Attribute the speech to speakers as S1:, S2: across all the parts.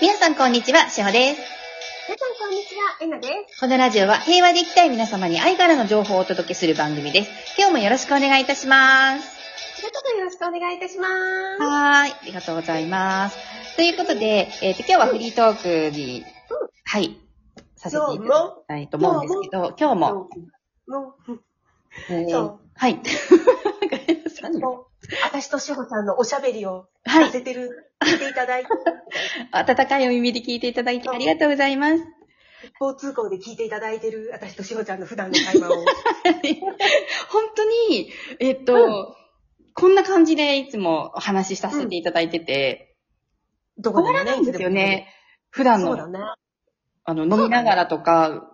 S1: 皆さんこんにちは、しほです。
S2: 皆さん、こんにちは。えなです。
S1: このラジオは平和で生きたい皆様に愛からの情報をお届けする番組です。今日もよろしくお願いいたします。
S2: ちょっとよろしくお願いいたします。は
S1: はーい、ありがとうございます。ということで、えーと今日はフリートークに、はい、させていただきたいと思うんですけど、今日も、
S2: も
S1: え
S2: そ
S1: ー
S2: う、
S1: はい。なんか
S2: う、
S1: 何
S2: もう、私としほさんのおしゃべりを
S1: は
S2: さ
S1: い、
S2: せてる、聞いていただいて、
S1: 温かいお耳で聞いていただいてありがとうございます。
S2: 一方通行で聞いていただいてる、私としほちゃんの普段の会話を。
S1: 本当に、えっと、こんな感じでいつもお話しさせていただいてて、
S2: ど
S1: 変わらないんですよね。。普段
S2: そうだ
S1: の、
S2: ね。
S1: あの、飲みながらとか、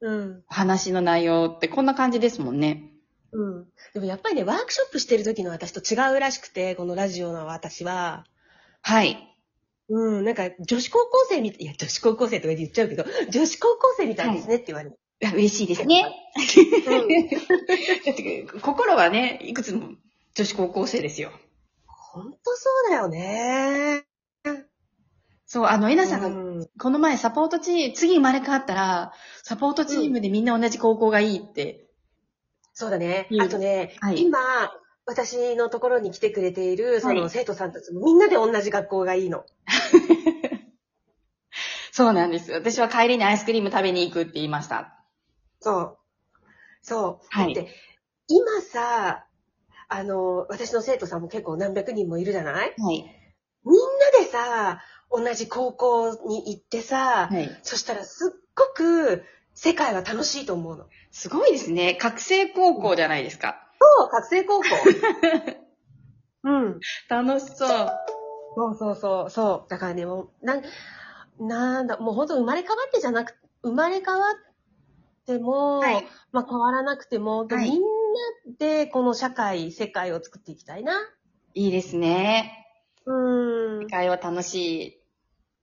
S2: うん。
S1: お話の内容ってこんな感じですもんね。
S2: うん。でもやっぱりね、ワークショップしてる時の私と違うらしくて、このラジオの私は。
S1: はい。
S2: うん、なんか、女子高校生みたい、いや、女子高校生とか言っちゃうけど、女子高校生みたいですねって言われる。
S1: いや嬉しいですね。
S2: うん
S1: だって 心はね、いくつも女子高校生ですよ。
S2: ほんとそうだよね。
S1: そう、あの、えなさん
S2: う
S1: が、
S2: ん
S1: この前サポートチーム、次生まれ変わったら、サポートチームでみんな同じ高校がいいって。
S2: そうだね
S1: う。ん
S2: あとね、
S1: はい
S2: 今、私のところに来てくれている、そ
S1: はい
S2: の生徒さんたち、みんなで同じ学校がいいの。
S1: そうなんです。私は帰りにアイスクリーム食べに行くって言いました。
S2: そう。そう。
S1: はい
S2: で、今さ、あの、私の生徒さんも結構何百人もいるじゃない
S1: はい。
S2: みんなでさ、同じ高校に行ってさ、
S1: はい。
S2: そしたらすっごく世界は楽しいと思うの。
S1: すごいですね。覚醒高校じゃないですか。
S2: そう、学生高校。 うん。
S1: 楽しそう。
S2: そうそうそう、そう。だからね、もう、なん、なんだ、もう本当生まれ変わってじゃなく、生まれ変わっても、
S1: はい
S2: まあ変わらなくても、で
S1: はい
S2: みんなでこの社会、世界を作っていきたいな。
S1: いいですね。
S2: うーん
S1: 世。界は楽し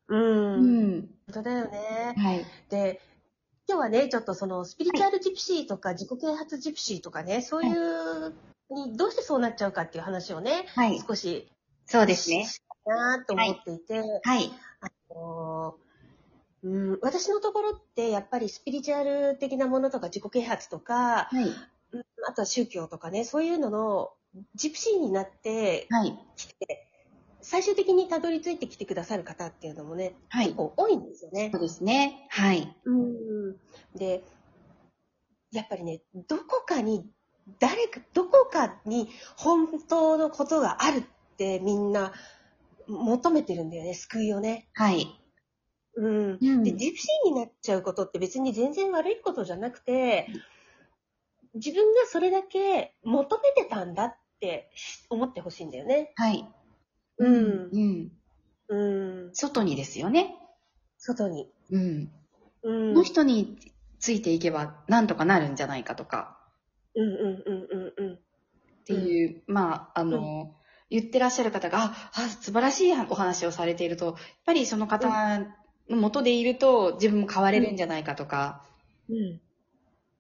S2: う
S1: い。
S2: ん。本
S1: ん。
S2: 当だよね。
S1: はい。
S2: で、今日はね、ちょっとそのスピリチュアルジプシーとか自己啓発ジプシーとかね、そういう、にどうしてそうなっちゃうかっていう話をね、
S1: はい。
S2: 少し、
S1: そうですね。
S2: なーと思っていて、
S1: はい。
S2: こううん、私のところってやっぱりスピリチュアル的なものとか自己啓発とか、
S1: はい。
S2: うんあとは宗教とかね、そういうののジプシーになって
S1: はい。
S2: きて、最終的にたどり着いてきてくださる方っていうのもね、
S1: はい。
S2: 結構多いんですよね
S1: そ。うですね。はい。
S2: うん、で、やっぱりね、どこかに、誰か、どこかに本当のことがあるってみんな求めてるんだよね、救いをね。
S1: はい。
S2: うん。
S1: うん
S2: で、ジプシーになっちゃうことって別に全然悪いことじゃなくて、自分がそれだけ求めてたんだって思ってほしいんだよね。
S1: はい。
S2: うん
S1: うん。
S2: うん。
S1: 外にですよね。
S2: 外に。
S1: うん。
S2: うん。
S1: こ
S2: うん
S1: の人についていけばなんとかなるんじゃないかとか、
S2: うんうんうんうん。
S1: っていう、まあ、あの、言ってらっしゃる方が、あ、あ素晴らしいお話をされていると、やっぱりその方の元でいると、自分も変われるんじゃないかとか、
S2: うん。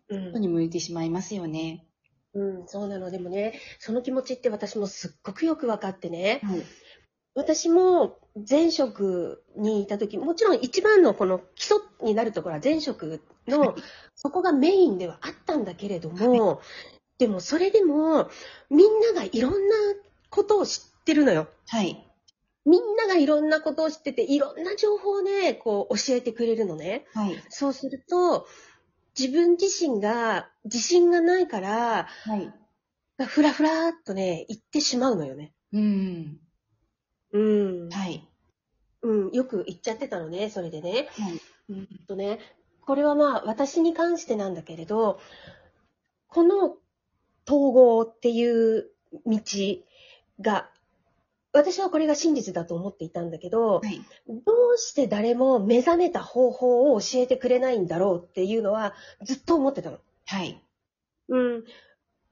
S2: う
S1: こと
S2: ん。
S1: に向いてしまいますよね。
S2: うん、そうなの。でもね、その気持ちって私もすっごくよく分かってね。
S1: はい。
S2: 私も前職にいた時、もちろん一番のこの基礎になるところは前職
S1: はい
S2: の、そこがメインではあったんだけれども、でもそれでも、みんながいろんなことを知ってるのよ。
S1: はい。
S2: みんながいろんなことを知ってて、いろんな情報をね、こう教えてくれるのね。
S1: はい。
S2: そうすると、自分自身が自信がないから、
S1: はい。
S2: ふらふらっとね、行ってしまうのよね。
S1: うん。
S2: うん。
S1: はい。
S2: うん、よく言っちゃってたのね、それでね。
S1: はい
S2: うんとね、これはまあ私に関してなんだけれど、この統合っていう道が、私はこれが真実だと思っていたんだけど、
S1: はい。
S2: どうして誰も目覚めた方法を教えてくれないんだろうっていうのはずっと思ってたの。
S1: はい。
S2: うん。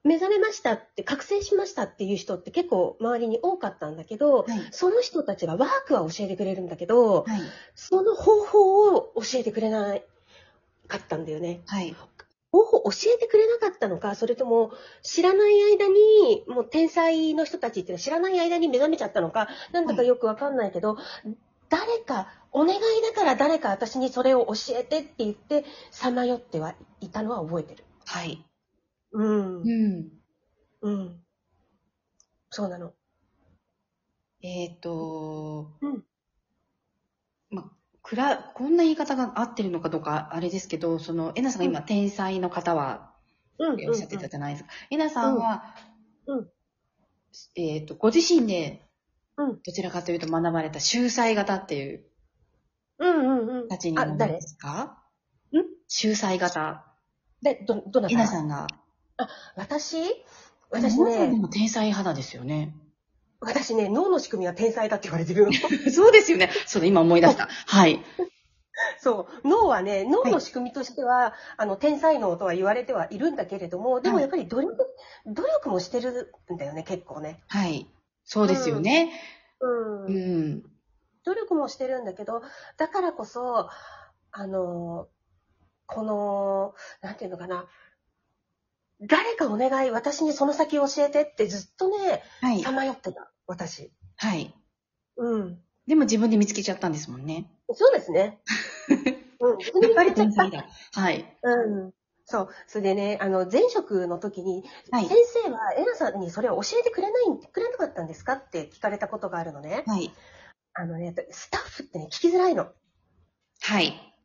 S2: 目覚めましたって、覚醒しましたっていう人って結構周りに多かったんだけど、
S1: はい。
S2: その人たちがワークは教えてくれるんだけど、
S1: はい。
S2: その方法を教えてくれなかったんだよね。
S1: はい。
S2: 方法を教えてくれなかったのか、それとも知らない間に、もう天才の人たちっていうのは知らない間に目覚めちゃったのか、なんだかよくわかんないけど、誰か、お願いだから誰か私にそれを教えてって言って、さまよってはいたのは覚えてる。
S1: はい。
S2: うん
S1: う。ん。
S2: うん。そうなの。
S1: えっ、と、
S2: うん
S1: ま、くら、こんな言い方が合ってるのかどうか、あれですけど、その、えなさんが今、天才の方は、
S2: うん
S1: おっしゃってたじゃないですか。えなさんは、
S2: うんうん
S1: えっ、と、ご自身で、
S2: うん
S1: どちらかというと学ばれた秀才型っていう
S2: うんうんうん。
S1: 形にな
S2: あ、
S1: るん
S2: 誰
S1: ですか
S2: 誰ん
S1: 秀才型。
S2: で、ど、どな
S1: え
S2: た
S1: なさんが。
S2: 私私
S1: ももさん
S2: ね、
S1: も天才肌ですよね。
S2: 私ね、脳の仕組みは天才だって言われてるの。
S1: そうですよね。そうだ、今思い出した。はい。
S2: そう。脳はね、脳の仕組みとしては、あの、天才脳とは言われてはいるんだけれども、でもやっぱり努力、努力もしてるんだよね、結構ね。
S1: はい。そうですよね。う
S2: う
S1: ん。
S2: 努力もしてるんだけど、だからこそ、あの、この、なんていうのかな、誰かお願い、私にその先教えてってずっとね、
S1: はい
S2: さ。まよってた、私。
S1: はい。
S2: うん。
S1: でも自分で見つけちゃったんですもんね。
S2: そうで すね。うん、自分で
S1: やっ
S2: 言わ
S1: ぱ
S2: れ
S1: り
S2: ちゃっ
S1: 天才。
S2: た
S1: だ。はい。
S2: うん。そう。それでね、あの、前職の時に、
S1: はい
S2: 先。生は、エナさんにそれを教えてくれないん、くれなかったんですかって聞かれたことがあるのね。
S1: はい。
S2: あのね、スタッフってね、聞きづらいの。
S1: はい。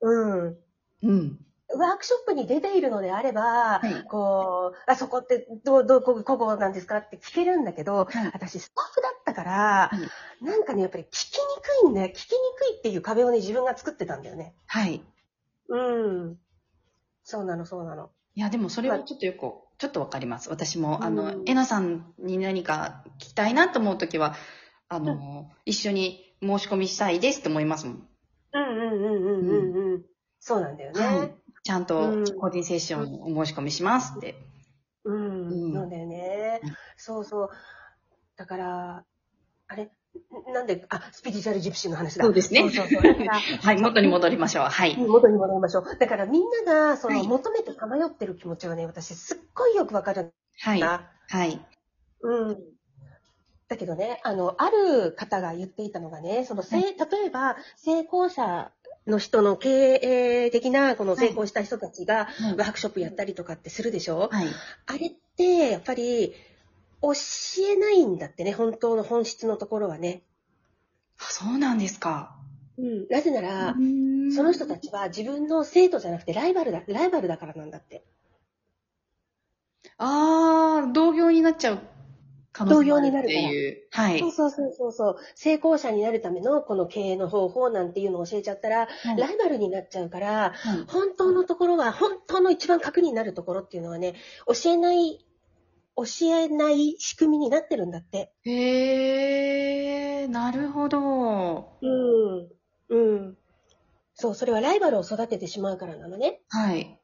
S2: うん。
S1: うん。
S2: ワークショップに出ているのであれば、
S1: はい
S2: こう、あそこってどう、どう、こここなんですかって聞けるんだけど、
S1: はい。
S2: 私スタッフだったから、
S1: は
S2: なんかね、やっぱり聞きにくいんだよ。聞きにくいっていう壁をね、自分が作ってたんだよね。
S1: はい。
S2: うん。そうなの、そうなの。
S1: いや、でもそれはちょっとよく、ちょっとわかります。私も、あ
S2: う
S1: の、
S2: ん
S1: えなさんに何か聞きたいなと思うときは、あの、一緒に申し込みしたいですって思いますもん。
S2: うんうんうんうんうんうん。そうなんだよね。
S1: はい。ちゃん
S2: う
S1: と
S2: ん、
S1: 個人セッションお申し込みしますって。
S2: うん、
S1: うん
S2: なんだよね
S1: うん。
S2: そうそう。だから、あれなんで、あ、スピリチュアルジプシーの話だ。
S1: そうですね
S2: そうそうそう。だから
S1: はい、元に戻りましょう。はい。
S2: 元に戻りましょう。だからみんなが、その、
S1: はい
S2: 求めてさまよってる気持ちはね、私すっごいよくわかるん
S1: はい。
S2: だ。
S1: はい。
S2: うん。だけどね、あの、ある方が言っていたのがね、その、せい例えば、成功者の人の経営的な、この成功した人たちが、ワークショップやったりとかってするでしょ、
S1: はい。
S2: あれって、やっぱり、教えないんだってね、本当の本質のところはね。
S1: あそうなんですか。
S2: うん。なぜなら、そ
S1: そ
S2: の人たちは自分の生徒じゃなくてライバルだ、ライバルだからなんだって。
S1: ああ、同業になっちゃう可能性があるって
S2: 同業
S1: いう。はい
S2: そう。そうそうそうそう。成功者になるためのこの経営の方法なんていうのを教えちゃった
S1: は
S2: ら、
S1: い
S2: ライバルになっちゃうから、
S1: はい
S2: 本当のところは、本当の一番核になるところっていうのはね、教えない、教えない仕組みになってるんだって。
S1: へえ、なるほど。
S2: うん。うん。そう、それはライバルを育ててしまうからなのね。
S1: はい。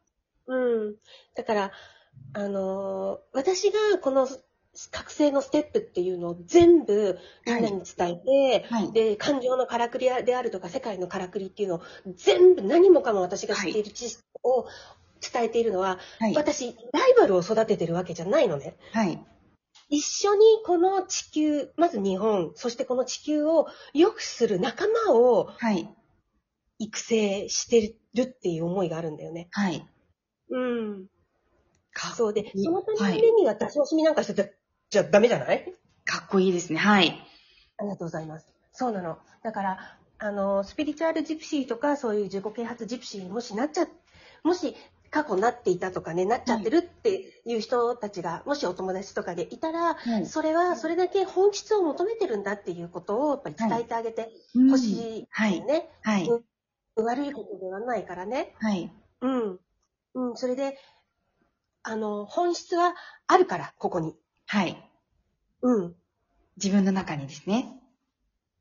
S2: うん。だから、あのー私がこの覚醒のステップっていうのを全部みんなに伝えて、
S1: はい。
S2: で、感情のからくりであるとか、世界のからくりっていうのを全部何もかも私が知っている知識を伝えているのは、
S1: はい。
S2: 私、ライバルを育ててるわけじゃないのね。
S1: はい。
S2: 一緒にこの地球、まず日本、そしてこの地球を良くする仲間を
S1: はい。
S2: 育成してるっていう思いがあるんだよね。
S1: はい。
S2: うん。
S1: か
S2: そうで、
S1: うん
S2: そのた
S1: は
S2: め
S1: い
S2: にには出し惜しみなんかしてちゃじゃダメじゃない
S1: かっこいいですね。はい。
S2: ありがとうございます。そうなの。だから、あの、スピリチュアルジプシーとか、そういう自己啓発ジプシーにもしなっちゃ、もし過去なっていたとかね、なっちゃってるっていう人たちが、もしお友達とかでいたら、
S1: はい。
S2: それは、それだけ本質を求めてるんだっていうことを、やっぱり伝えてあげてほし
S1: うん。
S2: い
S1: はい
S2: よね。
S1: はい。
S2: 悪いことではないからね。
S1: はい。
S2: うん。うん、それで、あの、本質はあるから、ここに。
S1: はい。
S2: うん。
S1: 自分の中にですね。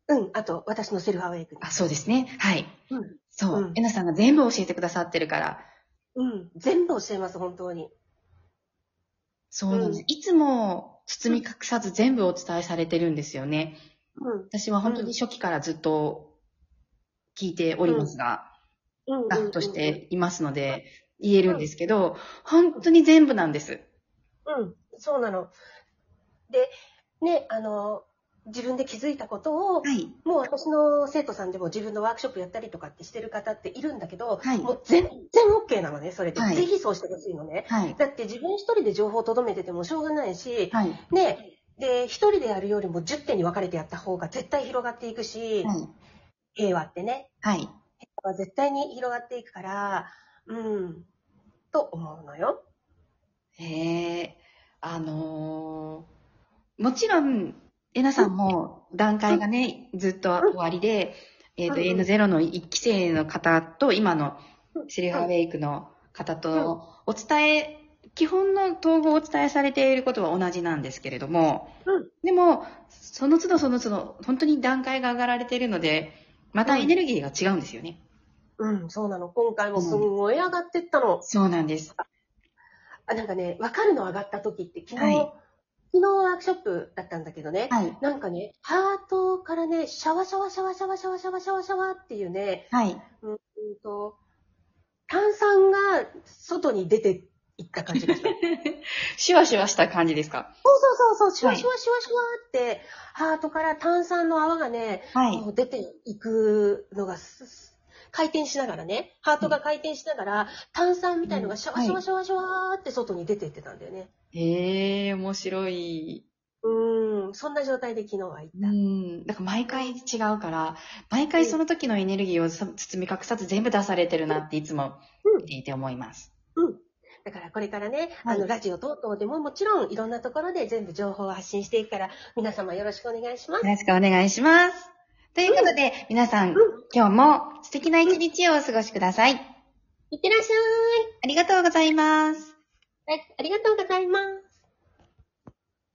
S2: うん、あと、私のセルフアウェイクに。
S1: あ、そうですね。はい。
S2: うん。
S1: そううんえなさんが全部教えてくださってるから。
S2: うん、全部教えます、本当に。
S1: そうなんです。
S2: うん
S1: いつも包み隠さず全部お伝えされてるんですよね。
S2: うん、
S1: 私は本当に初期からずっと聞いておりますが、
S2: うん。
S1: スタッフとし
S2: うん
S1: ていますので、言えるんですけど、本当に全部なんです。
S2: うん、そうなの。で、ね、あの、自分で気づいたことを、
S1: はい。
S2: もう私の生徒さんでも自分のワークショップやったりとかってしてる方っているんだけど、
S1: はい
S2: もう全然 OK なのね、それで。
S1: はい
S2: ぜひそうしてほしいのね。
S1: はい。
S2: だって自分一人で情報をとどめててもしょうがないし、
S1: はい。
S2: ね、で、一人でやるよりも10点に分かれてやった方が絶対広がっていくし、
S1: はい。
S2: 平和ってね、
S1: はい。
S2: 平和は絶対に広がっていくから、うん、と思うのよ。
S1: へえ、あのーもちろん、えなさんも段階がね、ずっと終わりで、えっ、と、
S2: うんうん
S1: AN0 の1期生の方と、今のシルハーウェイクの方
S2: うん
S1: と、お伝え、基本の統合をお伝えされていることは同じなんですけれども、
S2: うん
S1: でも、その都度その都度、本当に段階が上がられているので、またエネルギーが違うんですよね。
S2: うん、そうなの。今回もすんごい上がってったの。
S1: そうなんです。
S2: あ、なんかね、分かるの上がった時って昨日、
S1: はい
S2: 昨日ワークショップだったんだけどね、
S1: はい。
S2: なんかね、ハートからね、シャワシャワシャワシャワシャワシャワシャワシャワっていうね、
S1: はい。
S2: うんと、炭酸が外に出ていった感じがした。そう
S1: シュワシュワした感じですか
S2: そうそうそう、シュワシュワシュワシュワって、ハートから炭酸の泡がね、
S1: はい。
S2: こう出ていくのがす、す回転しながらね、ハートが回転しながら、炭酸みたいのがシャワシャワシャワシャワって外に出ていってたんだよね。
S1: へえ、面白い。
S2: うん、そんな状態で昨日は行っ
S1: う
S2: た。
S1: ん。だから毎回違うから、毎回その時のエネルギーをさ包み隠さず全部出されてるなっていつも
S2: うん
S1: 見ていて思います。
S2: だからこれからね、
S1: はい
S2: あの、ラジオ等々でももちろんいろんなところで全部情報を発信していくから、皆様よろしくお願いします。
S1: よろしくお願いします。ということで、皆さん
S2: う、
S1: 今日も素敵な一日をお過ごしください。
S2: いってらっしゃ
S1: ありがとうございます。
S2: い。ありがとうございます。